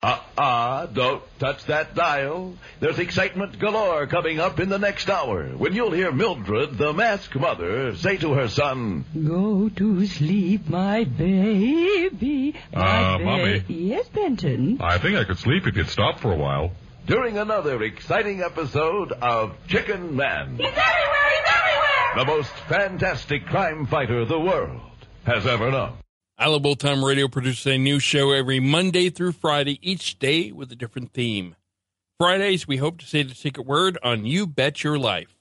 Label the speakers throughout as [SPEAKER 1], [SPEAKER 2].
[SPEAKER 1] Uh uh, don't touch that dial. There's excitement galore coming up in the next hour when you'll hear Mildred, the mask mother, say to her son,
[SPEAKER 2] Go to sleep, my baby. My
[SPEAKER 3] Uh,
[SPEAKER 2] ba-
[SPEAKER 3] Mommy.
[SPEAKER 2] Yes, Benton.
[SPEAKER 3] I think I could sleep if you'd stop for a while.
[SPEAKER 1] during another exciting episode of Chicken Man,
[SPEAKER 4] He's everywhere! He's everywhere!
[SPEAKER 1] the most fantastic crime fighter the world has ever known.
[SPEAKER 5] Alamo Time Radio produces a new show every Monday through Friday, each day with a different theme. Fridays, we hope to say the secret word on You Bet Your Life.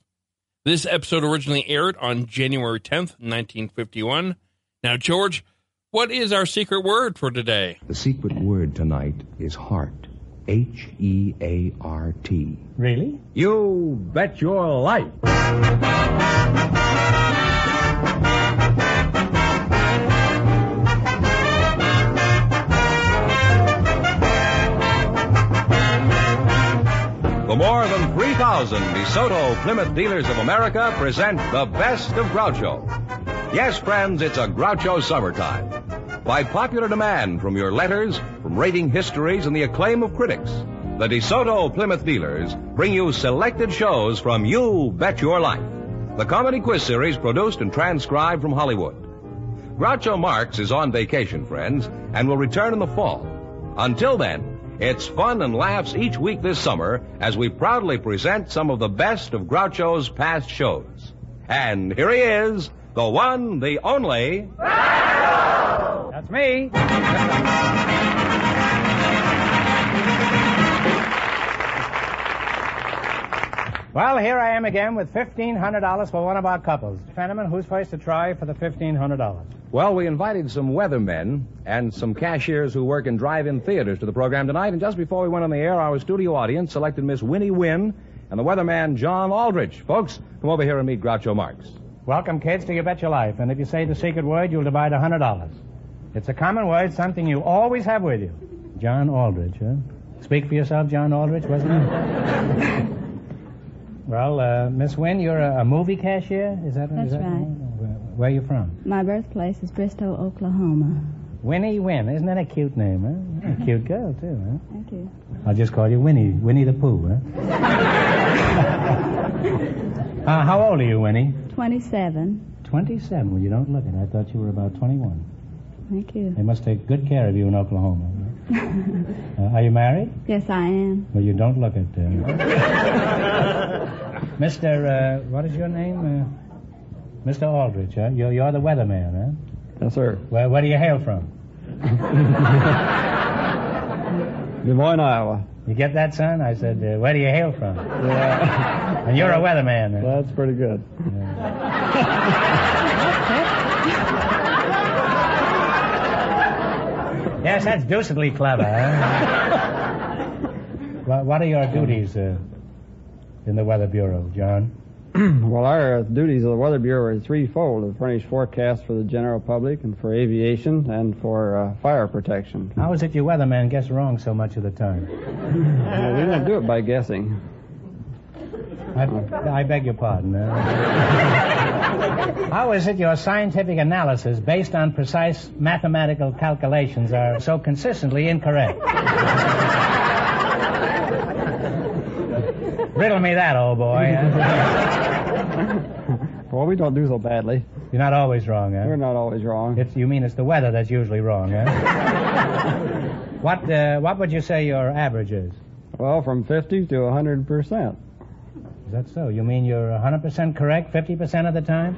[SPEAKER 5] This episode originally aired on January 10th, 1951. Now, George, what is our secret word for today?
[SPEAKER 6] The secret word tonight is heart. H E A R T.
[SPEAKER 7] Really?
[SPEAKER 6] You bet your life.
[SPEAKER 8] The more than 3,000 DeSoto Plymouth Dealers of America present the best of Groucho. Yes, friends, it's a Groucho summertime. By popular demand from your letters, from rating histories, and the acclaim of critics, the DeSoto Plymouth Dealers bring you selected shows from You Bet Your Life, the comedy quiz series produced and transcribed from Hollywood. Groucho Marx is on vacation, friends, and will return in the fall. Until then, it's fun and laughs each week this summer as we proudly present some of the best of Groucho's past shows. And here he is, the one, the only.
[SPEAKER 7] That's me. Well, here I am again with $1,500 for one of our couples. Fenneman, who's first to try for the $1,500?
[SPEAKER 8] Well, we invited some weathermen and some cashiers who work in drive-in theaters to the program tonight. And just before we went on the air, our studio audience selected Miss Winnie Wynn and the weatherman John Aldrich. Folks, come over here and meet Groucho Marx.
[SPEAKER 7] Welcome, kids, to You Bet Your Life. And if you say the secret word, you'll divide $100. It's a common word, something you always have with you. John Aldrich, huh? Speak for yourself, John Aldrich, wasn't it? well, uh, Miss Wynne, you're a, a movie cashier? Is that
[SPEAKER 9] That's
[SPEAKER 7] is that
[SPEAKER 9] right.
[SPEAKER 7] Where, where are you from?
[SPEAKER 9] My birthplace is Bristol, Oklahoma.
[SPEAKER 7] Winnie Wynne. Isn't that a cute name, huh? You're A cute girl, too, huh?
[SPEAKER 9] Thank you.
[SPEAKER 7] I'll just call you Winnie, Winnie the Pooh, huh? Uh, how old are you, Winnie?
[SPEAKER 9] 27.
[SPEAKER 7] 27. Well, you don't look it. I thought you were about 21.
[SPEAKER 9] Thank you.
[SPEAKER 7] They must take good care of you in Oklahoma. Uh, are you married?
[SPEAKER 9] Yes, I am.
[SPEAKER 7] Well, you don't look it. Uh... Mr. Uh, what is your name? Uh, Mr. Aldrich, huh? You're, you're the weatherman, huh?
[SPEAKER 10] Yes, sir.
[SPEAKER 7] Where, where do you hail from?
[SPEAKER 10] Des Moines, Iowa.
[SPEAKER 7] You get that, son? I said, uh, where do you hail from? and you're a weatherman. huh?
[SPEAKER 10] That's pretty good.
[SPEAKER 7] Yes, that's deucedly clever, eh? huh? what, what are your duties uh, in the Weather Bureau, John?
[SPEAKER 10] well, our duties of the Weather Bureau are threefold: to furnish forecasts for the general public, and for aviation, and for uh, fire protection.
[SPEAKER 7] How is it you weathermen guess wrong so much of the time?
[SPEAKER 10] Well, we don't do it by guessing.
[SPEAKER 7] I, I beg your pardon. uh, how is it your scientific analysis based on precise mathematical calculations are so consistently incorrect? Riddle me that, old eh? boy.
[SPEAKER 10] Well, we don't do so badly.
[SPEAKER 7] You're not always wrong, eh?
[SPEAKER 10] We're not always wrong.
[SPEAKER 7] It's, you mean it's the weather that's usually wrong, eh? what, uh, what would you say your average is?
[SPEAKER 10] Well, from 50 to 100%.
[SPEAKER 7] Is that so? You mean you're 100% correct 50% of the time?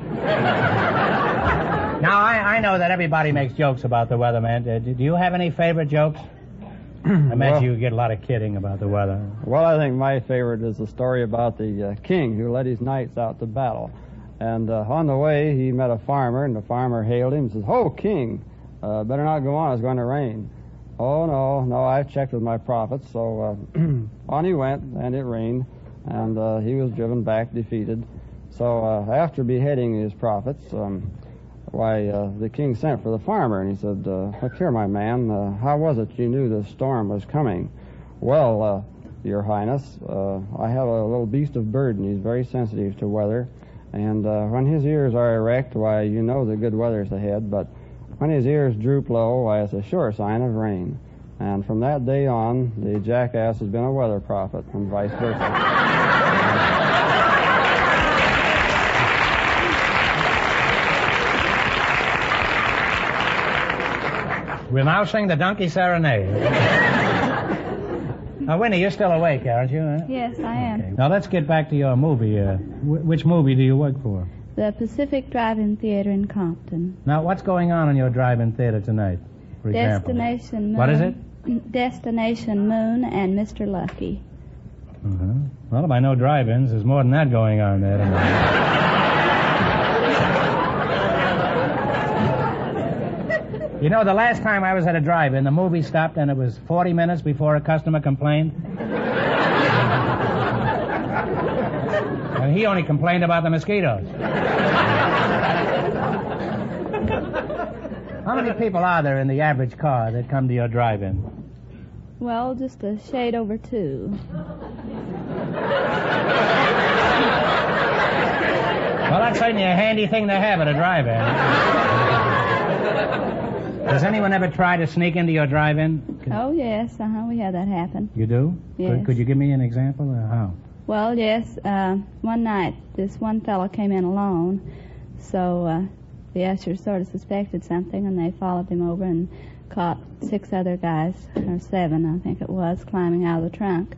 [SPEAKER 7] Now, I, I know that everybody makes jokes about the weather, man. Uh, do, do you have any favorite jokes? I imagine
[SPEAKER 10] Well-
[SPEAKER 7] you get a lot of kidding about the weather.
[SPEAKER 10] Well, I think my favorite is the story about the uh, king who led his knights out to battle. And uh, on the way, he met a farmer, and the farmer hailed him and says, Ho, king, uh, better not go on, it's going to rain. Oh, no, no, I've checked with my prophets. So uh, on he went, and it rained, and uh, he was driven back defeated. So uh, after beheading his prophets, um, why, uh, the king sent for the farmer, and he said, uh, Look here, my man, uh, how was it you knew the storm was coming? Well, uh, Your Highness, uh, I have a little beast of burden. He's very sensitive to weather. And uh, when his ears are erect, why, you know the good weather's ahead. But when his ears droop low, why, it's a sure sign of rain. And from that day on, the jackass has been a weather prophet, and vice versa.
[SPEAKER 7] We'll now sing the Donkey Serenade. now, Winnie, you're still awake, aren't you? huh?
[SPEAKER 9] Yes, I am.
[SPEAKER 7] Now, let's get back to your movie. Uh, wh- which movie do you work for?
[SPEAKER 9] The Pacific Drive-In Theater in Compton.
[SPEAKER 7] Now, what's going on in your drive-in theater tonight, for example?
[SPEAKER 9] Destination Moon.
[SPEAKER 7] What is it?
[SPEAKER 9] Destination Moon and Mr. Lucky.
[SPEAKER 7] Uh-huh. Well, if I know drive-ins, there's more than that going on there. tonight. you know, the last time I was at a drive-in, the movie stopped and it was 40 minutes before a customer complained. And he only complained about the mosquitoes. How many people are there in the average car that come to your drive-in?
[SPEAKER 9] Well, just a shade over two.
[SPEAKER 7] Well, that's certainly a handy thing to have at a drive-in. Does anyone ever try to sneak into your drive-in?
[SPEAKER 9] Oh, yes, uh-huh, we had that happen.
[SPEAKER 7] You do?
[SPEAKER 9] Yes.
[SPEAKER 7] Could, could you give me an example of how?
[SPEAKER 9] Well, yes, uh, one night this one fellow came in alone, so uh, the ushers sort of suspected something, and they followed him over and caught six other guys, or seven, I think it was, climbing out of the trunk,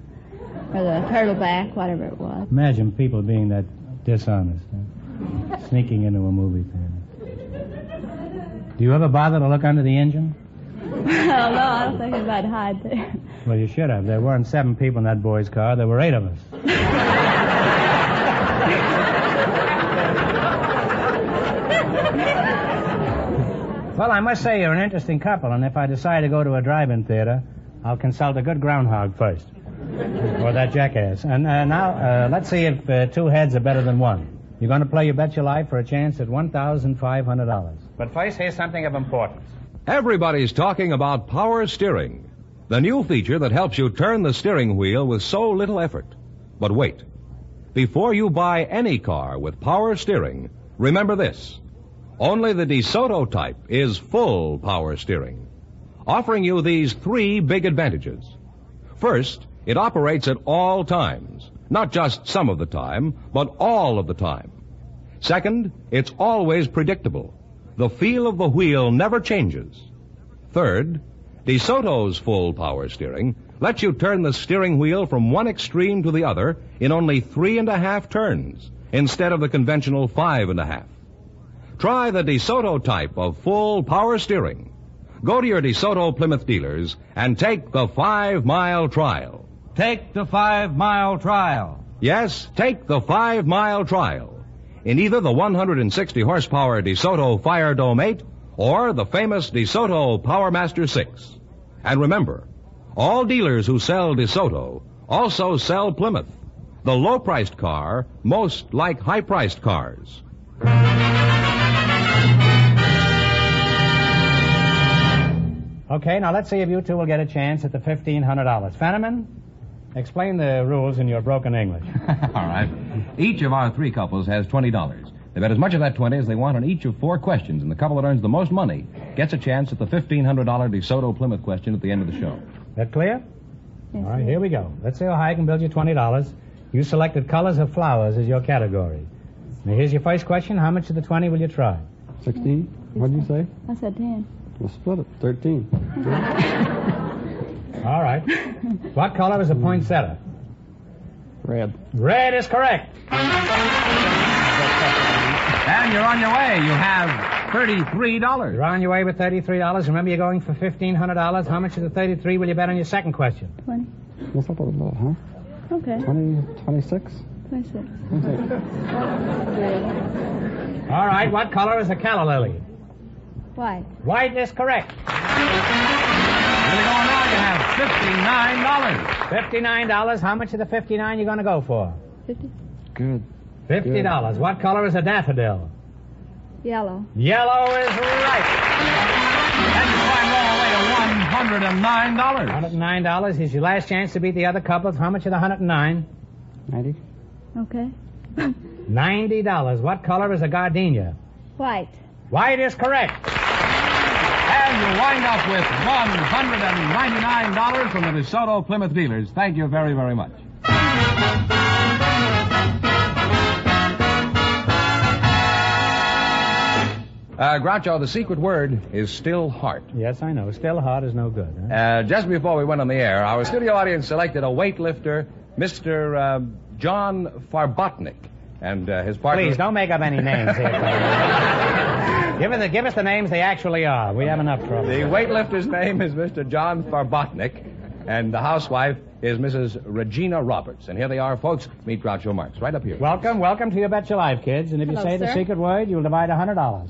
[SPEAKER 9] or the turtleback, whatever it was.
[SPEAKER 7] Imagine people being that dishonest, huh? sneaking into a movie theater. Do you ever bother to look under the engine?
[SPEAKER 9] well, no, I don't think anybody hide there.
[SPEAKER 7] Well, you should have. There weren't seven people in that boy's car. There were eight of us. Well, I must say you're an interesting couple, and if I decide to go to a drive-in theater, I'll consult a good groundhog first, or that jackass. And uh, now, uh, let's see if uh, two heads are better than one. You're going to play You Bet Your Life for a chance at one thousand five hundred dollars. But first, here's something of importance.
[SPEAKER 8] Everybody's talking about power steering, the new feature that helps you turn the steering wheel with so little effort. But wait. Before you buy any car with power steering, remember this. Only the DeSoto type is full power steering, offering you these three big advantages. First, it operates at all times, not just some of the time, but all of the time. Second, it's always predictable. The feel of the wheel never changes. Third, DeSoto's full power steering lets you turn the steering wheel from one extreme to the other in only three and a half turns instead of the conventional five and a half. Try the DeSoto type of full power steering. Go to your DeSoto Plymouth dealers and take the five mile trial. Take the five mile trial. Yes, take the five mile trial in either the 160 horsepower DeSoto Fire Dome 8 or the famous DeSoto Powermaster 6. And remember, all dealers who sell DeSoto also sell Plymouth. the low priced car most like high priced cars.
[SPEAKER 7] Okay, now let's see if you two will get a chance at the $1,500. Fenneman, explain the rules in your broken English.
[SPEAKER 11] All right. Each of our three couples has $20. They bet as much of that 20 as they want on each of four questions, and the couple that earns the most money gets a chance at the $1,500 DeSoto Plymouth question at the end of the show.
[SPEAKER 7] That clear? All right, here we go. Let's see how high I can build you $20. You selected colors of flowers as your category. Now, here's your first question. How much of the 20 will you try?
[SPEAKER 10] 16? What did you say?
[SPEAKER 9] I said ten.
[SPEAKER 10] We'll split it. 13.
[SPEAKER 7] All right. What color is a poinsettia?
[SPEAKER 10] Red.
[SPEAKER 7] Red is correct.
[SPEAKER 11] And you're on your way. You have $33.
[SPEAKER 7] You're on your way with $33. Remember, you're going for $1,500. How much of the 33 will you bet on your second question?
[SPEAKER 9] Twenty.
[SPEAKER 10] What's up a little bit, huh?
[SPEAKER 9] Okay.
[SPEAKER 10] 20, 26?
[SPEAKER 9] Twenty-six.
[SPEAKER 7] All right. What color is a calla lily?
[SPEAKER 9] White.
[SPEAKER 7] White is correct.
[SPEAKER 11] Really going now, you have $59.
[SPEAKER 7] $59. How much of the 59 you going to go for?
[SPEAKER 9] Fifty.
[SPEAKER 10] Good.
[SPEAKER 7] $50. What color is a daffodil?
[SPEAKER 9] Yellow.
[SPEAKER 7] Yellow is right.
[SPEAKER 11] And you climb all the way to $109.
[SPEAKER 7] $109 is your last chance to beat the other couples. How much of the 109?
[SPEAKER 10] 90?
[SPEAKER 9] Okay.
[SPEAKER 7] $90. What color is a gardenia?
[SPEAKER 9] White.
[SPEAKER 7] White is correct.
[SPEAKER 11] And you wind up with $199 from the DeSoto Plymouth dealers. Thank you very, very much.
[SPEAKER 8] Uh, Groucho, the secret word is still heart.
[SPEAKER 7] Yes, I know. Still hot is no good. Huh?
[SPEAKER 8] Uh, just before we went on the air, our studio audience selected a weightlifter, Mr. Uh, John Farbotnik, and uh, his partner.
[SPEAKER 7] Please don't make up any names here. give, us the, give us the names they actually are. We have enough trouble.
[SPEAKER 8] The weightlifter's name is Mr. John Farbotnik, and the housewife is Mrs. Regina Roberts. And here they are, folks. Meet Groucho Marx, right up here.
[SPEAKER 7] Welcome, welcome to your Bet Your Life, kids. And if
[SPEAKER 9] Hello,
[SPEAKER 7] you say the
[SPEAKER 9] sir.
[SPEAKER 7] secret word, you'll divide $100.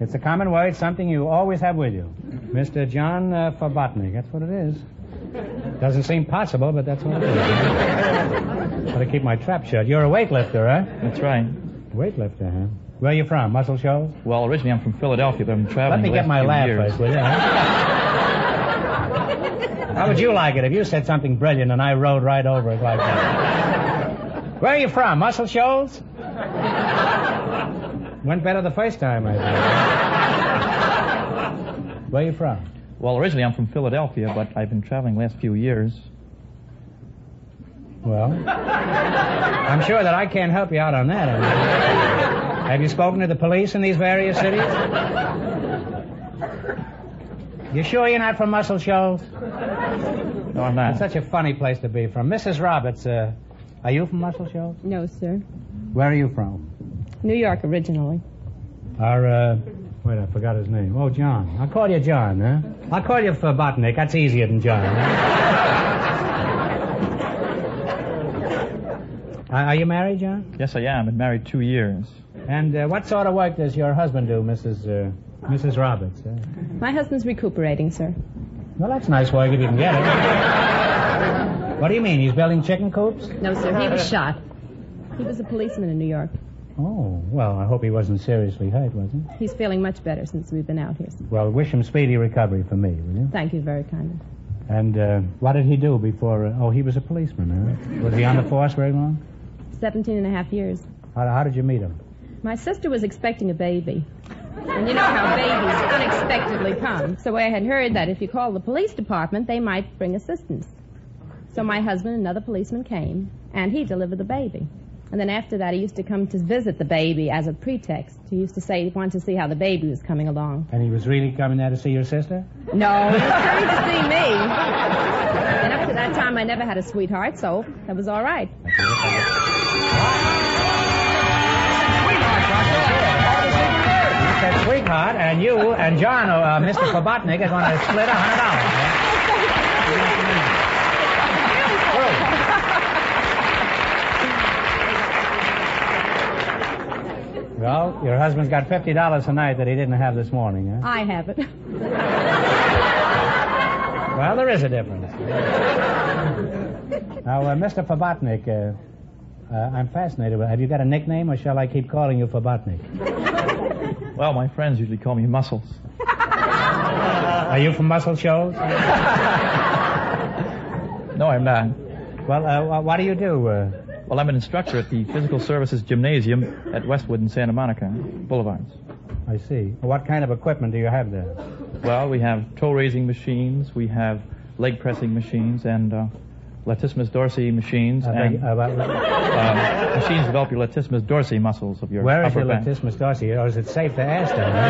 [SPEAKER 7] It's a common word, something you always have with you. Mr. John uh, Farbotnik, that's what it is. Doesn't seem possible, but that's what it is. Gotta keep my trap shut. You're a weightlifter, huh?
[SPEAKER 12] That's right.
[SPEAKER 7] Weightlifter, huh? Where you from? Muscle shows?
[SPEAKER 12] Well, originally I'm from Philadelphia, but I'm traveling.
[SPEAKER 7] Let me
[SPEAKER 12] the last
[SPEAKER 7] get my
[SPEAKER 12] few
[SPEAKER 7] laugh
[SPEAKER 12] years.
[SPEAKER 7] first, will you? huh? How would you like it if you said something brilliant and I rode right over it like that? Where are you from? Muscle Shoals? Went better the first time, I think. Where are you from?
[SPEAKER 12] Well, originally I'm from Philadelphia, but I've been traveling the last few years.
[SPEAKER 7] Well, I'm sure that I can't help you out on that. I mean. Have you spoken to the police in these various cities? You sure you're not from Muscle Shoals?
[SPEAKER 12] No, I'm not.
[SPEAKER 7] It's such a funny place to be from. Mrs. Roberts, uh, are you from Muscle Shoals?
[SPEAKER 13] No, sir.
[SPEAKER 7] Where are you from?
[SPEAKER 13] New York originally.
[SPEAKER 7] Our, uh, wait, I forgot his name. Oh, John. I'll call you John, huh? I'll call you for Botnick. That's easier than John. Uh, Are are you married, John?
[SPEAKER 12] Yes, I am. I've been married two years.
[SPEAKER 7] And uh, what sort of work does your husband do, Mrs. Uh, Mrs. Roberts? Uh,
[SPEAKER 13] My husband's recuperating, sir.
[SPEAKER 7] well, that's nice work if you can get it. what do you mean? He's building chicken coops?
[SPEAKER 13] No, sir. He was shot. He was a policeman in New York.
[SPEAKER 7] Oh, well, I hope he wasn't seriously hurt, was he?
[SPEAKER 13] He's feeling much better since we've been out here. sir.
[SPEAKER 7] Well, wish him speedy recovery for me, will you?
[SPEAKER 13] Thank you very kindly.
[SPEAKER 7] And uh, what did he do before? Uh, oh, he was a policeman, huh? Was he on the force very long?
[SPEAKER 13] Seventeen and a half years.
[SPEAKER 7] How, how did you meet him?
[SPEAKER 13] My sister was expecting a baby. And you know how babies unexpectedly come. So I had heard that if you called the police department, they might bring assistance. So my husband, another policeman, came, and he delivered the baby. And then after that, he used to come to visit the baby as a pretext. He used to say he wanted to see how the baby was coming along.
[SPEAKER 7] And he was really coming there to see your sister?
[SPEAKER 13] No, he was coming to see me. And up to that time, I never had a sweetheart, so that was all right.
[SPEAKER 7] That sweetheart and you and John, uh, Mr. Kobotnik, is going to split a hundred dollars. Well, your husband's got fifty dollars tonight that he didn't have this morning, huh?
[SPEAKER 13] I have it.
[SPEAKER 7] Well, there is a difference. now, uh, Mr. Fabotnik, uh, Uh, I'm fascinated. with Have you got a nickname, or shall I keep calling you Fobotnik?
[SPEAKER 12] Well, my friends usually call me Muscles.
[SPEAKER 7] Are you from Muscle Shoals?
[SPEAKER 12] No, I'm not.
[SPEAKER 7] Well, uh, wh- what do you do? Uh...
[SPEAKER 12] Well, I'm an instructor at the Physical Services Gymnasium at Westwood in Santa Monica Boulevards.
[SPEAKER 7] I see. What kind of equipment do you have there?
[SPEAKER 12] Well, we have toe raising machines, we have leg pressing machines, and uh, latissimus dorsi machines,
[SPEAKER 7] I beg-
[SPEAKER 12] and
[SPEAKER 7] uh, what-
[SPEAKER 12] uh, machines develop your latissimus dorsi muscles of your
[SPEAKER 7] Where is
[SPEAKER 12] upper
[SPEAKER 7] your
[SPEAKER 12] back.
[SPEAKER 7] latissimus dorsi? Or is it safe to ask that? huh?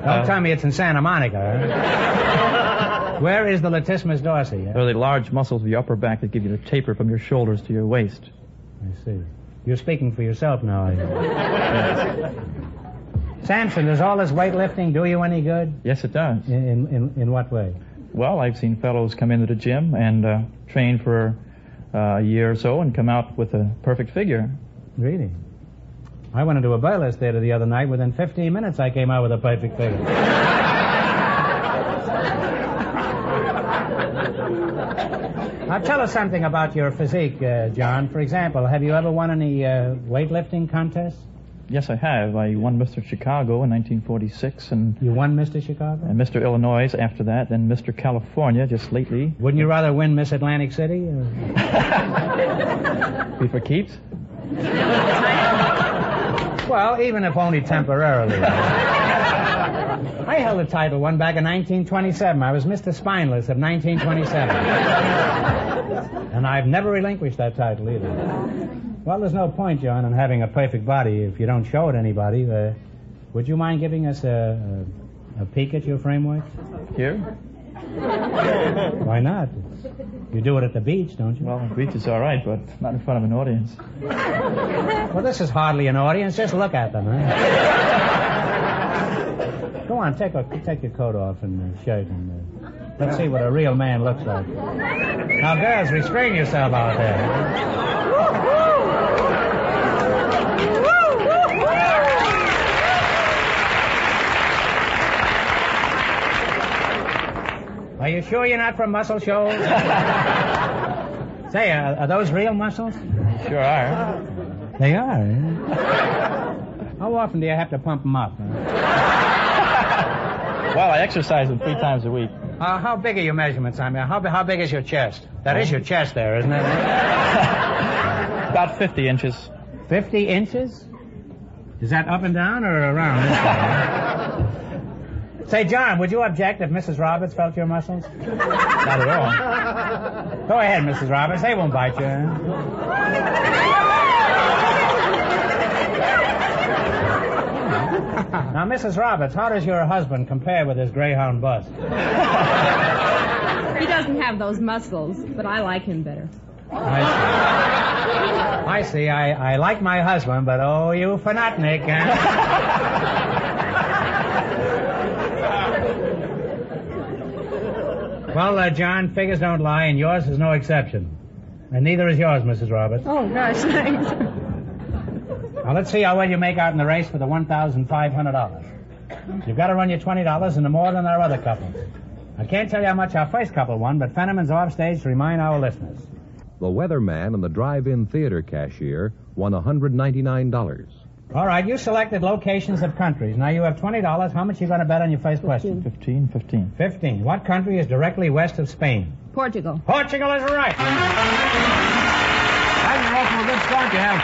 [SPEAKER 7] Don't
[SPEAKER 12] Uh,
[SPEAKER 7] tell me it's in Santa Monica. huh? Where is the latissimus dorsi?
[SPEAKER 12] They're the large muscles of your upper back that give you the taper from your shoulders to your waist.
[SPEAKER 7] I see. You're speaking for yourself now, are you? Samson, does all this weightlifting do you any good?
[SPEAKER 12] Yes, it does.
[SPEAKER 7] In, in, in what way?
[SPEAKER 12] Well, I've seen fellows come into the gym and uh, train for uh, a year or so and come out with a perfect figure.
[SPEAKER 7] Really? I went into a burlesque theater the other night. Within 15 minutes, I came out with a perfect figure. now, tell us something about your physique, uh, John. For example, have you ever won any uh, weightlifting contests?
[SPEAKER 12] Yes, I have. I won Mr. Chicago in 1946 and,
[SPEAKER 7] You won Mr. Chicago?
[SPEAKER 12] and Mr. Illinois after that, and Mr. California just lately.
[SPEAKER 7] Wouldn't you rather win Miss Atlantic City? Or...
[SPEAKER 12] Be for keeps?
[SPEAKER 7] Well, even if only temporarily. I held the title one back in 1927. I was Mr. Spineless of 1927. and I've never relinquished that title either. Well, there's no point, John, in having a perfect body if you don't show it to anybody. Uh, would you mind giving us a, a, a peek at your framework?
[SPEAKER 12] Here?
[SPEAKER 7] Why not? You do it at the beach, don't you?
[SPEAKER 12] Well, the beach is all right, but not in front of an audience.
[SPEAKER 7] Well, this is hardly an audience. Just look at them, huh? Go on, take, a, take your coat off and uh, shirt, and uh, let's see what a real man looks like. Now, girls, restrain yourself out there. Are you sure you're not from Muscle Shoals? Say, uh, are, are those real muscles?
[SPEAKER 12] Sure are.
[SPEAKER 7] They are. eh? How often do you have to pump them up? huh?
[SPEAKER 12] Well, I exercise them three times a week.
[SPEAKER 7] Uh, how big are your measurements? I mean, how, bi- how big is your chest? That is your chest there, isn't it?
[SPEAKER 12] About 50 inches.
[SPEAKER 7] 50 inches? Is that up and down or around? this way? Say, John, would you object if Mrs. Roberts felt your muscles?
[SPEAKER 12] Not at all.
[SPEAKER 7] Go ahead, Mrs. Roberts. They won't bite you. huh? now, Mrs. Roberts, how does your husband compare with his Greyhound bus?
[SPEAKER 13] He doesn't have those muscles, but I like him better.
[SPEAKER 7] I see. I see. I, I like my husband, but oh, you fanatnik. Huh? well, uh, John, figures don't lie, and yours is no exception. And neither is yours, Mrs. Roberts.
[SPEAKER 13] Oh, gosh, thanks.
[SPEAKER 7] Now, let's see how well you make out in the race for the $1,500. You've got to run your $20 into more than our other couples. I can't tell you how much our first couple won, but Fenneman's off stage to remind our listeners.
[SPEAKER 8] The weatherman and the drive-in theater cashier won $199.
[SPEAKER 7] All right, you selected locations of countries. Now you have twenty dollars. How much you going to bet on your first question?
[SPEAKER 12] 15, 15.
[SPEAKER 7] Fifteen. What country is directly west of Spain?
[SPEAKER 13] Portugal.
[SPEAKER 7] Portugal is right.
[SPEAKER 8] That's an awful good start. You have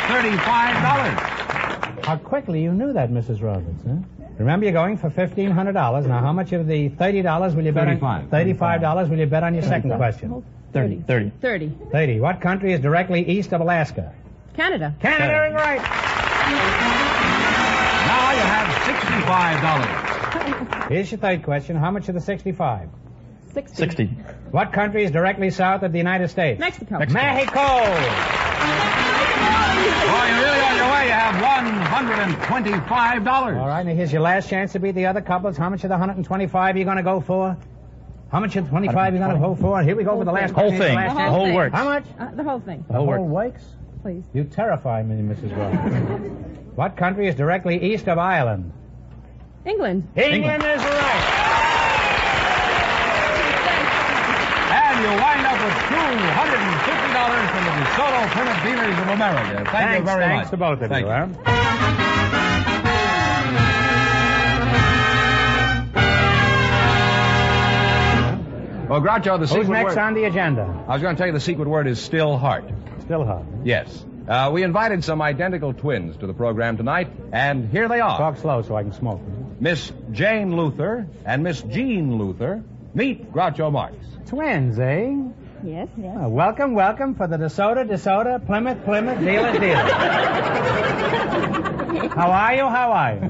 [SPEAKER 8] $35.
[SPEAKER 7] How quickly you knew that, Mrs. Roberts? Huh? Remember, you're going for fifteen hundred dollars. Now, how much of the thirty dollars will you bet? on?
[SPEAKER 8] Thirty-five.
[SPEAKER 7] Thirty-five dollars will you bet on your second question?
[SPEAKER 12] 30, 30.
[SPEAKER 13] 30.
[SPEAKER 7] Thirty. What country is directly east of Alaska?
[SPEAKER 13] Canada.
[SPEAKER 7] Canada is right.
[SPEAKER 8] Now you have $65.
[SPEAKER 7] Here's your third question. How much of the sixty-five?
[SPEAKER 13] 60.
[SPEAKER 12] 60.
[SPEAKER 7] What country is directly south of the United States?
[SPEAKER 13] Mexico.
[SPEAKER 7] Mexico.
[SPEAKER 8] Well, you're really on your way. You have $125.
[SPEAKER 7] All right, now here's your last chance to beat the other couples. How much of the 125 are you going to go for? How much of the 25 are you going to go for? Here we go for the last
[SPEAKER 12] Whole
[SPEAKER 7] question,
[SPEAKER 12] thing.
[SPEAKER 7] the
[SPEAKER 13] The
[SPEAKER 7] last
[SPEAKER 12] Whole
[SPEAKER 7] chance.
[SPEAKER 13] whole thing.
[SPEAKER 12] works.
[SPEAKER 7] How much?
[SPEAKER 13] Uh, the whole thing,
[SPEAKER 7] The
[SPEAKER 12] works.
[SPEAKER 7] whole works?
[SPEAKER 13] please.
[SPEAKER 7] You terrify me, Mrs. Roberts. what country is directly east of Ireland?
[SPEAKER 13] England.
[SPEAKER 7] England, is right.
[SPEAKER 8] And you wind up with
[SPEAKER 11] for $250 from the DeSoto Plymouth Dealers of America. Thank you
[SPEAKER 7] Thanks,
[SPEAKER 11] very
[SPEAKER 7] thanks
[SPEAKER 11] much.
[SPEAKER 7] to both of
[SPEAKER 11] Thank
[SPEAKER 7] you. Huh?
[SPEAKER 11] Well, Groucho, the
[SPEAKER 7] Who's
[SPEAKER 11] secret
[SPEAKER 7] next
[SPEAKER 11] word...
[SPEAKER 7] on the agenda?
[SPEAKER 11] I was going to tell you the secret word is still heart.
[SPEAKER 7] Still hot.
[SPEAKER 11] Yes. Uh, we invited some identical twins to the program tonight, and here they are. Talk
[SPEAKER 7] slow so I can smoke.
[SPEAKER 11] Miss Jane Luther and Miss Jean Luther. Meet Groucho Marx.
[SPEAKER 7] Twins, eh?
[SPEAKER 9] Yes, yes.
[SPEAKER 7] Uh, welcome, welcome for the DeSoto, DeSoto, Plymouth, Plymouth, dealer, dealer. How are you? How are you?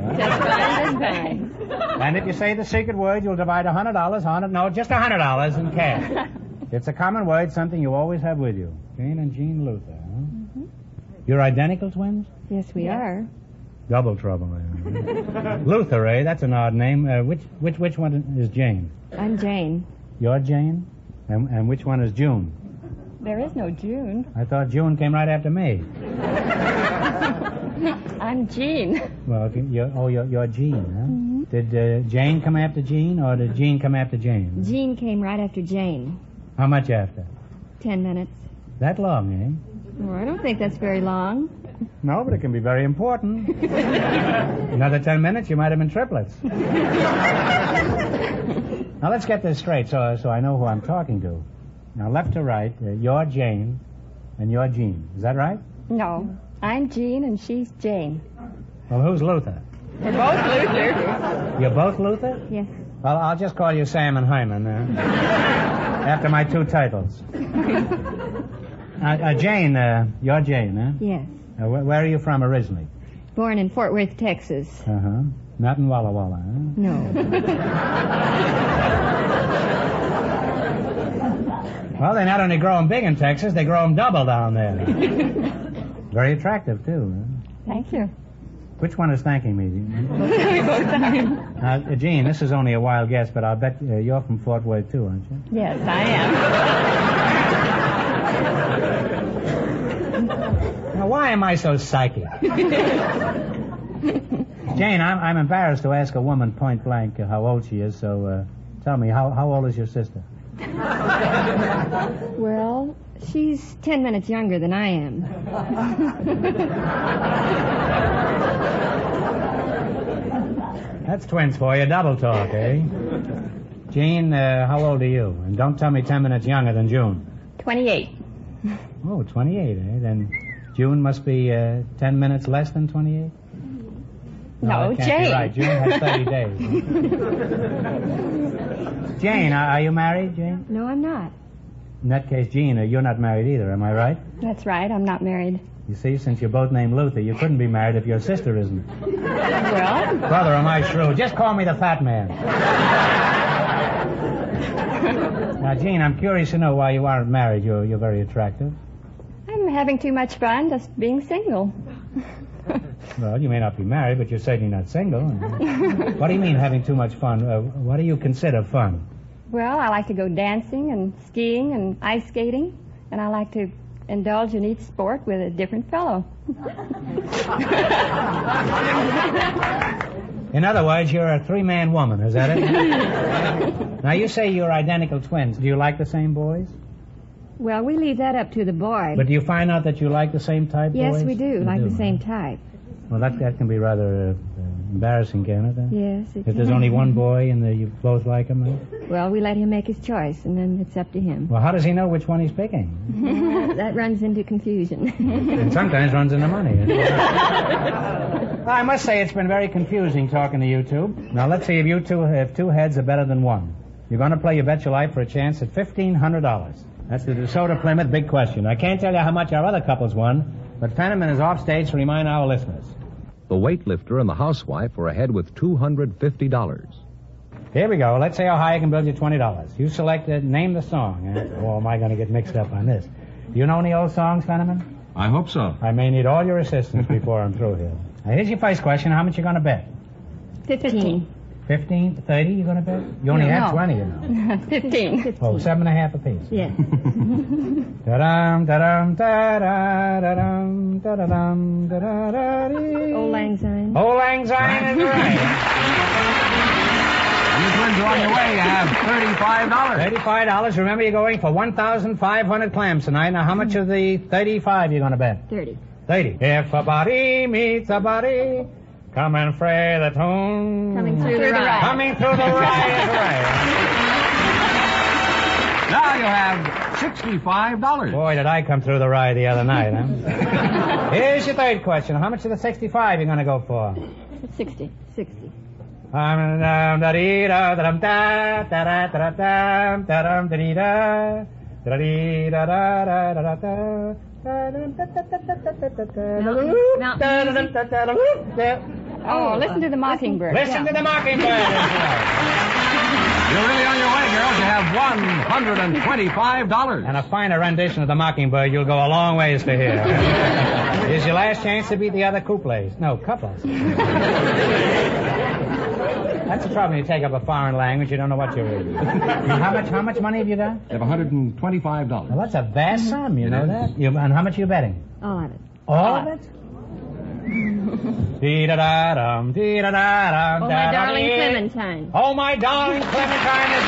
[SPEAKER 7] And if you say the secret word, you'll divide $100 on it. No, just $100 in cash. It's a common word, something you always have with you. Jane and Jean Luther, huh? You're identical twins?
[SPEAKER 9] Yes, we are.
[SPEAKER 7] Double trouble. eh? Luther, eh? That's an odd name. Uh, which, which, which one is Jane?
[SPEAKER 14] I'm Jane.
[SPEAKER 7] You're Jane? And, and which one is June?
[SPEAKER 14] There is no June.
[SPEAKER 7] I thought June came right after May.
[SPEAKER 14] I'm Jean.
[SPEAKER 7] Well, if you- you're, oh, you're, you're Jean, huh? Did uh, Jane come after Jean, or did Jean come after Jane?
[SPEAKER 14] Jean came right after Jane.
[SPEAKER 7] How much after?
[SPEAKER 14] Ten minutes.
[SPEAKER 7] That long, eh?
[SPEAKER 14] Oh, I don't think that's very long.
[SPEAKER 7] No, but it can be very important. Another ten minutes, you might have been triplets. Now, let's get this straight so, so I know who I'm talking to. Now, left to right, uh, you're Jane, and you're Jean. Is that right?
[SPEAKER 14] No. I'm Jean and she's Jane.
[SPEAKER 7] Well, who's Luther?
[SPEAKER 14] We're both Luther.
[SPEAKER 7] You're both Luther?
[SPEAKER 14] Yes.
[SPEAKER 7] Well, I'll just call you Sam and Hyman, uh, after my two titles. Uh, uh, Jane, uh, you're Jane, huh?
[SPEAKER 14] Yes.
[SPEAKER 7] Uh, wh- where are you from originally?
[SPEAKER 14] Born in Fort Worth, Texas.
[SPEAKER 7] Uh huh. Not in Walla Walla, huh? Well, they not only grow 'em big in Texas, they grow 'em double down there. Very attractive, too. Huh?
[SPEAKER 14] Thank you.
[SPEAKER 7] Which one is thanking me?
[SPEAKER 14] We both are.
[SPEAKER 7] Now, uh, Gene, this is only a wild guess, but I'll bet uh, you're from Fort Worth, too, aren't you?
[SPEAKER 14] Yes, I am.
[SPEAKER 7] Now, why am I so psychic? Jane, I'm, I'm embarrassed to ask a woman point blank uh, how old she is, so uh, tell me, how, how old is your sister?
[SPEAKER 14] well, she's ten minutes younger than I am.
[SPEAKER 7] That's twins for you, double talk, eh? Jane, uh, how old are you? And don't tell me 10 minutes younger than June.
[SPEAKER 14] Twenty-eight.
[SPEAKER 7] Oh, 28, eh? Then June must be uh, 10 minutes less than 28?
[SPEAKER 14] No,
[SPEAKER 7] that can't
[SPEAKER 14] Jane.
[SPEAKER 7] Be right. June has 30 days. Jane, are, are you married, Jane?
[SPEAKER 14] No, I'm not.
[SPEAKER 7] In that case, Gene, uh, you're not married either, am I right?
[SPEAKER 14] That's right, I'm not married.
[SPEAKER 7] You see, since you're both named Luther, you couldn't be married if your sister isn't.
[SPEAKER 14] Well?
[SPEAKER 7] Brother, am I shrewd? Just call me the fat man. Now, Gene, I'm curious to know why you aren't married. You're, you're very attractive.
[SPEAKER 14] I'm having too much fun just being single.
[SPEAKER 7] Well, you may not be married, but you're certainly not single. what do you mean having too much fun? Uh, what do you consider fun?
[SPEAKER 14] Well, I like to go dancing and skiing and ice skating, and I like to indulge in each sport with a different fellow.
[SPEAKER 7] In other words, you're a three-man woman, is that it? now, you say you're identical twins. Do you like the same boys?
[SPEAKER 14] well, we leave that up to the boy.
[SPEAKER 7] But do you find out that you like the same type boys?
[SPEAKER 14] yes, we do,
[SPEAKER 7] You
[SPEAKER 14] like the
[SPEAKER 7] huh?
[SPEAKER 14] same type.
[SPEAKER 7] Well, that, that can be rather uh, uh, embarrassing, can it? uh?
[SPEAKER 14] Yes, it
[SPEAKER 7] If there's
[SPEAKER 14] can.
[SPEAKER 7] only one boy and uh, you both like him. uh?
[SPEAKER 14] Well, we let him make his choice, and then it's up to him.
[SPEAKER 7] Well, how does he know which one he's picking?
[SPEAKER 14] that runs into confusion.
[SPEAKER 7] And sometimes runs into money. Well, I must say it's been very confusing talking to you two. Now let's see if you two if two heads are better than one. You're going to play your bet your life for a chance at fifteen hundred dollars. That's the DeSoto Plymouth big question. I can't tell you how much our other couples won, but Fenneman is off stage to remind our listeners.
[SPEAKER 8] The weightlifter and the housewife were ahead with $250.
[SPEAKER 7] Here we go. Let's say Ohio can build you twenty dollars. You select it. Name the song. Uh, Oh, am I going to get mixed up on this? You know any old songs, Fenneman?
[SPEAKER 3] I hope so.
[SPEAKER 7] I may need all your assistance before I'm through here. Now, here's your first question. How much you going to bet?
[SPEAKER 14] Fifteen.
[SPEAKER 7] 15, 30 you're going to bet? You only
[SPEAKER 14] No,
[SPEAKER 7] had
[SPEAKER 14] no.
[SPEAKER 7] 20, you know.
[SPEAKER 14] Fifteen.
[SPEAKER 7] Oh, seven and a half apiece.
[SPEAKER 14] Yes.
[SPEAKER 7] Da-dum, da-dum, da-da, da-dum, da-da-dum, da-da-da-dee.
[SPEAKER 14] Old Lang Syne.
[SPEAKER 7] Old Lang Syne is right.
[SPEAKER 11] You twins are on your way. You have $35.
[SPEAKER 7] $35. Remember, you're going for 1,500 clams tonight. Now, how much of the 35 you going to bet?
[SPEAKER 9] Thirty.
[SPEAKER 7] 30. If a body meets a body, come and fray the tune.
[SPEAKER 9] Coming through the right.
[SPEAKER 7] Coming through the
[SPEAKER 11] Now you have sixty-five dollars.
[SPEAKER 7] Boy, did I come through the rye the other night, huh? Here's your third question. How much of the 65 you going to go for?
[SPEAKER 9] Sixty. Sixty.
[SPEAKER 7] Um, dum, da dee, da, da, dum, da, da, da, da, da, dum, da, dum, da, dee, da, da, dee, da, da, da, da, da, da, da, dum, da, da, da, da, da, da, da, da, da, loop,
[SPEAKER 14] Mountain
[SPEAKER 7] da, da, dum, da, da, da, loop, da.
[SPEAKER 14] Oh, listen to the mockingbird.
[SPEAKER 7] Listen to the mockingbird.
[SPEAKER 11] You're really on your way, girls. You have $125.
[SPEAKER 7] And a finer rendition of the Mockingbird you'll go a long ways to hear. Here's your last chance to beat the other couplets. No, couples. That's the problem. You take up a foreign language, you don't know what you're reading. how much? How much money have you done?
[SPEAKER 11] You have $125.
[SPEAKER 7] Well, that's a vast sum. You know that. You, and how much are you betting?
[SPEAKER 9] All of it.
[SPEAKER 7] All of it. Dee da da dum, dee da da dum.
[SPEAKER 13] Oh, my darling Clementine.
[SPEAKER 7] Oh my darling Clementine is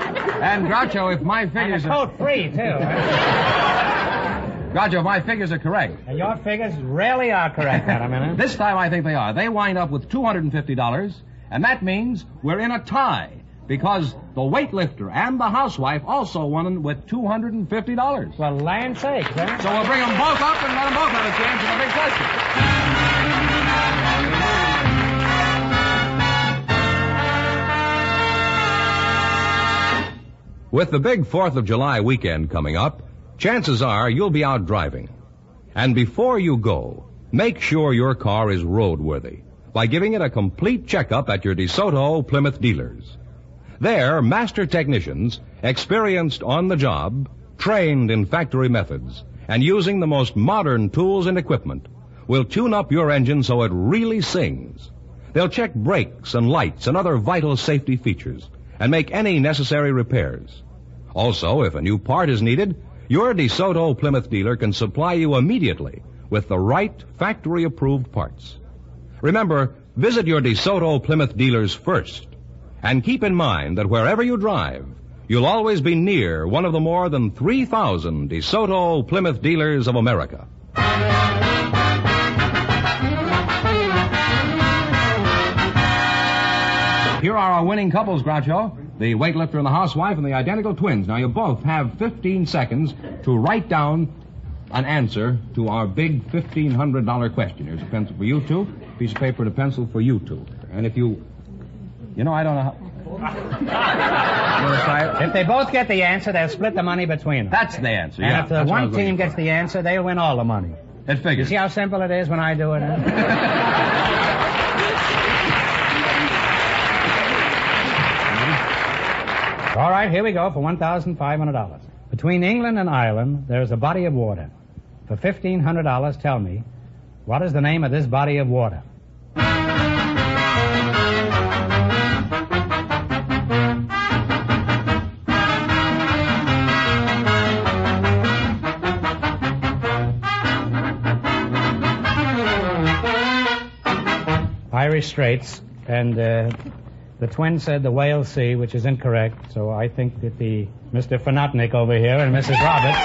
[SPEAKER 7] mine.
[SPEAKER 11] And Groucho, if my figures are
[SPEAKER 7] Coat free too. huh?
[SPEAKER 11] Groucho, if my figures are correct.
[SPEAKER 7] Now, Your figures really are correct, Adam. Huh?
[SPEAKER 11] This time I think they are. They wind up with $250, and that means we're in a tie. Because the weightlifter and the housewife also won with $250.
[SPEAKER 7] Well, land sakes, huh?
[SPEAKER 11] So we'll bring them both up and let them both have a chance at a big question.
[SPEAKER 8] With the big 4th of July weekend coming up, chances are you'll be out driving. And before you go, make sure your car is roadworthy by giving it a complete checkup at your DeSoto Plymouth dealers. There, master technicians, experienced on the job, trained in factory methods, and using the most modern tools and equipment, will tune up your engine so it really sings. They'll check brakes and lights and other vital safety features and make any necessary repairs. Also, if a new part is needed, your DeSoto Plymouth dealer can supply you immediately with the right factory approved parts. Remember, visit your DeSoto Plymouth dealers first. And keep in mind that wherever you drive, you'll always be near one of the more than 3,000 DeSoto Plymouth dealers of America.
[SPEAKER 11] Here are our winning couples, Groucho. The weightlifter and the housewife and the identical twins. Now you both have 15 seconds to write down an answer to our big $1,500 question. Here's a pencil for you two, piece of paper and a pencil for you two. And if you, you know, I don't know how. You wanna try it?
[SPEAKER 7] If they both get the answer, they'll split the money between them.
[SPEAKER 11] That's the answer.
[SPEAKER 7] and
[SPEAKER 11] yeah,
[SPEAKER 7] if the
[SPEAKER 11] that's what I
[SPEAKER 7] one
[SPEAKER 11] was looking
[SPEAKER 7] team gets
[SPEAKER 11] for.
[SPEAKER 7] the answer, they'll win all the money.
[SPEAKER 11] it
[SPEAKER 7] You
[SPEAKER 11] figures.
[SPEAKER 7] see how simple it is when I do it? huh? Mm-hmm. all right, here we go for $1,500. Between England and Ireland, there is a body of water. For $1,500, tell me, what is the name of this body of water? Irish Straits, and uh, the twin said the Whale Sea, which is incorrect. So I think that the Mr. Fanatnik over here and Mrs. Roberts.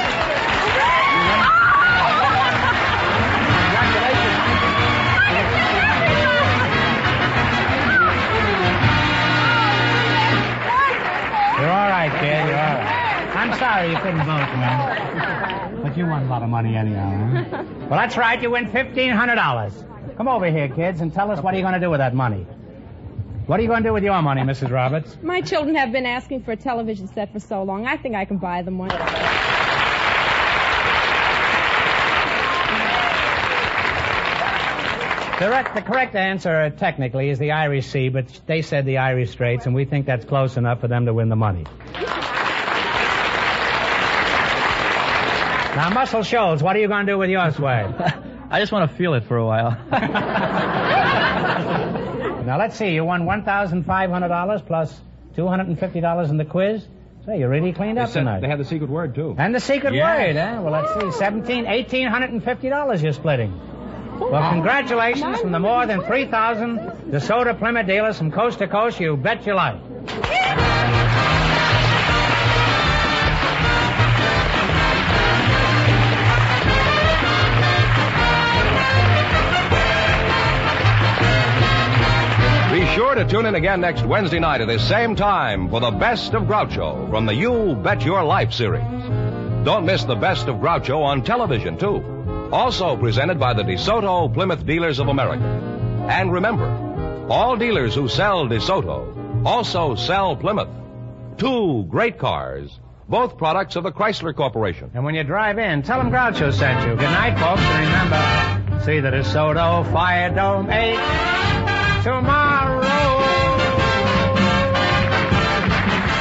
[SPEAKER 7] You're all right, kid. You're all right. I'm sorry you couldn't vote, man. But you won a lot of money anyhow. Huh? Well, that's right. You win fifteen hundred dollars. Come over here, kids, and tell us what are you going to do with that money. What are you going to do with your money, Mrs. Roberts?
[SPEAKER 13] My children have been asking for a television set for so long. I think I can buy them one.
[SPEAKER 7] The, rec- the correct answer, uh, technically, is the Irish Sea, but they said the Irish Straits, and we think that's close enough for them to win the money. Now, Muscle Shoals, what are you going to do with your swag?
[SPEAKER 12] I just want to feel it for a while.
[SPEAKER 7] Now, let's see. You won $1,500 plus $250 in the quiz. So you really cleaned
[SPEAKER 11] They
[SPEAKER 7] up
[SPEAKER 11] said
[SPEAKER 7] tonight.
[SPEAKER 11] they had the secret word, too.
[SPEAKER 7] And the secret
[SPEAKER 11] Yeah.
[SPEAKER 7] word, eh? Well, let's see. Seventeen, eighteen hundred and fifty dollars you're splitting. Well, congratulations from the more than 3,000 DeSoto Plymouth dealers from coast to coast. You bet your life.
[SPEAKER 8] Be sure to tune in again next Wednesday night at this same time for the Best of Groucho from the You Bet Your Life series. Don't miss the Best of Groucho on television, too. Also presented by the DeSoto Plymouth Dealers of America. And remember, all dealers who sell DeSoto also sell Plymouth. Two great cars, both products of the Chrysler Corporation.
[SPEAKER 7] And when you drive in, tell them Groucho sent you. Good night, folks. And remember, see the DeSoto Fire Dome 8 tomorrow.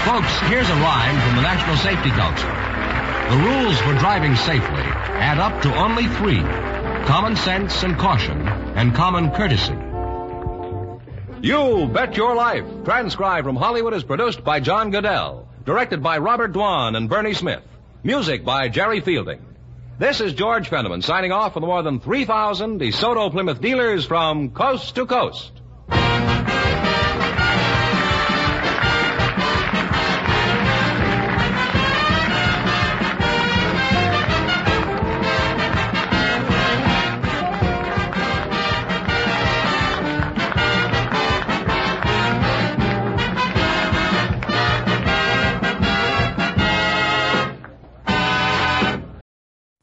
[SPEAKER 8] Folks, here's a rhyme from the National Safety Council. The rules for driving safely add up to only three common sense and caution, and common courtesy. You Bet Your Life, transcribed from Hollywood, is produced by John Goodell, directed by Robert Dwan and Bernie Smith, music by Jerry Fielding. This is George Fenneman signing off for the more than 3,000 DeSoto Plymouth dealers from coast to coast.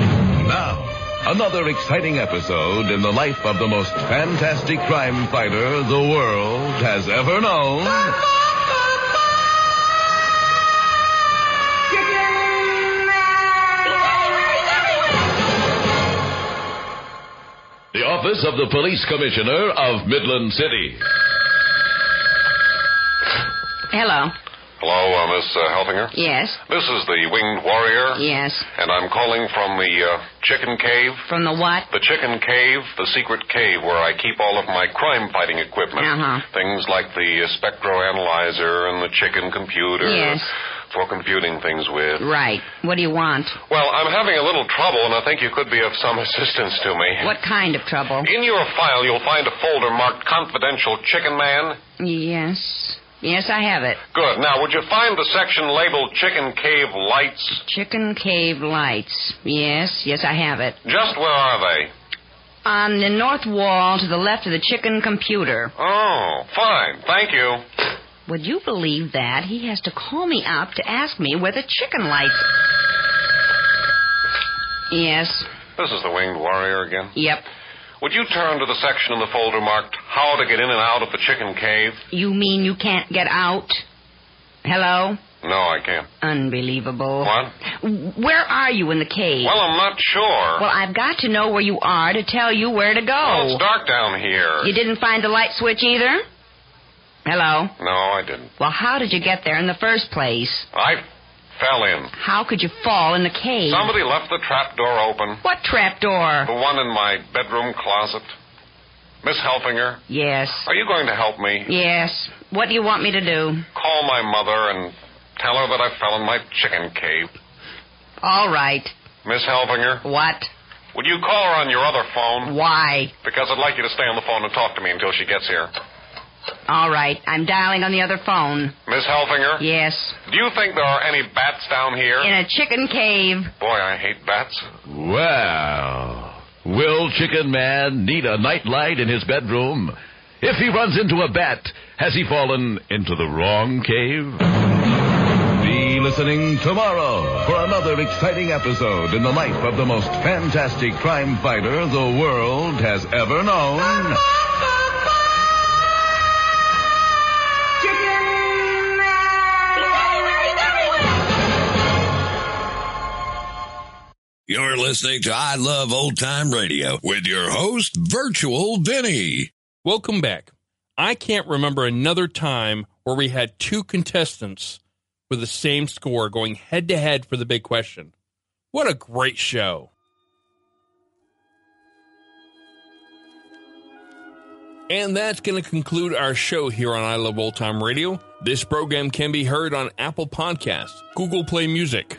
[SPEAKER 1] Now, another exciting episode in the life of the most fantastic crime fighter the world has ever known. The Office of the Police Commissioner of Midland City.
[SPEAKER 15] Hello.
[SPEAKER 16] Hello, uh, Miss uh, Helfinger.
[SPEAKER 15] Yes.
[SPEAKER 16] This is the Winged Warrior.
[SPEAKER 15] Yes.
[SPEAKER 16] And I'm calling from the uh, Chicken Cave.
[SPEAKER 15] From the what?
[SPEAKER 16] The Chicken Cave, the secret cave where I keep all of my crime fighting equipment.
[SPEAKER 15] Uh-huh.
[SPEAKER 16] Things like the uh, spectro analyzer and the chicken computer.
[SPEAKER 15] Yes.
[SPEAKER 16] For computing things with.
[SPEAKER 15] Right. What do you want?
[SPEAKER 16] Well, I'm having a little trouble, and I think you could be of some assistance to me.
[SPEAKER 15] What kind of trouble?
[SPEAKER 16] In your file, you'll find a folder marked Confidential Chicken Man.
[SPEAKER 15] Yes. Yes, I have it.
[SPEAKER 16] Good. Now, would you find the section labeled Chicken Cave Lights?
[SPEAKER 15] Chicken Cave lights. Yes, yes, I have it.
[SPEAKER 16] Just where are they?
[SPEAKER 15] On the north wall to the left of the chicken computer.
[SPEAKER 16] Oh, fine. Thank you.
[SPEAKER 15] Would you believe that? He has to call me up to ask me where the chicken lights. Yes.
[SPEAKER 16] This is the Winged Warrior again.
[SPEAKER 15] Yep.
[SPEAKER 16] Would you turn to the section in the folder marked How to Get In and Out of the Chicken Cave?
[SPEAKER 15] You mean you can't get out? Hello?
[SPEAKER 16] No, I can't.
[SPEAKER 15] Unbelievable.
[SPEAKER 16] What?
[SPEAKER 15] Where are you in the cave?
[SPEAKER 16] Well, I'm not sure.
[SPEAKER 15] Well, I've got to know where you are to tell you where to go.
[SPEAKER 16] Well, it's dark down here.
[SPEAKER 15] Oh. You didn't find the light switch either? Hello?
[SPEAKER 16] No, I didn't.
[SPEAKER 15] Well, how did you get there in the first place?
[SPEAKER 16] I fell in.
[SPEAKER 15] How could you fall in the cave?
[SPEAKER 16] Somebody left the trap door open.
[SPEAKER 15] What trapdoor?
[SPEAKER 16] The one in my bedroom closet. Miss Helfinger,
[SPEAKER 15] Yes.
[SPEAKER 16] are you going to help me?
[SPEAKER 15] Yes. What do you want me to do?
[SPEAKER 16] Call my mother and tell her that I fell in my chicken cave.
[SPEAKER 15] All right.
[SPEAKER 16] Miss Helfinger,
[SPEAKER 15] What?
[SPEAKER 16] would you call her on your other phone?
[SPEAKER 15] Why?
[SPEAKER 16] Because I'd like you to stay on the phone and talk to me until she gets here.
[SPEAKER 15] All right. I'm dialing on the other phone.
[SPEAKER 16] Miss Helfinger?
[SPEAKER 15] Yes.
[SPEAKER 16] Do you think there are any bats down here?
[SPEAKER 15] In a chicken cave.
[SPEAKER 16] Boy, I hate bats.
[SPEAKER 1] Well, will Chicken Man need a nightlight in his bedroom? If he runs into a bat, has he fallen into the wrong cave? Be listening tomorrow for another exciting episode in the life of the most fantastic crime fighter the world has ever known.
[SPEAKER 17] You're listening to I Love Old Time Radio with your host, Virtual Vinny.
[SPEAKER 5] Welcome back. I can't remember another time where we had two contestants with the same score going head to head for the big question. What a great show! And that's going to conclude our show here on I Love Old Time Radio. This program can be heard on Apple Podcasts, Google Play Music,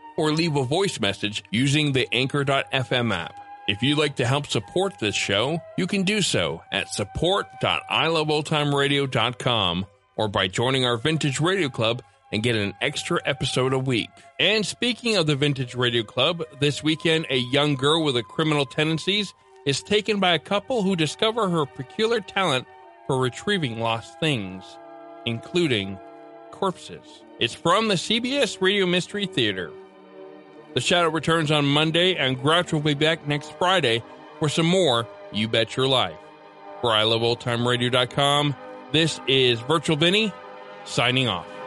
[SPEAKER 5] or leave a voice message using the anchor.fm app. If you'd like to help support this show, you can do so at support.iloveoldtimeradio.com or by joining our Vintage Radio Club and get an extra episode a week. And speaking of the Vintage Radio Club, this weekend a young girl with a criminal tendencies is taken by a couple who discover her peculiar talent for retrieving lost things, including corpses. It's from the CBS Radio Mystery Theater. The Shadow returns on Monday, and Grouch will be back next Friday for some more You Bet Your Life. For iloveoldtimeradio.com, this is Virtual Vinny signing off.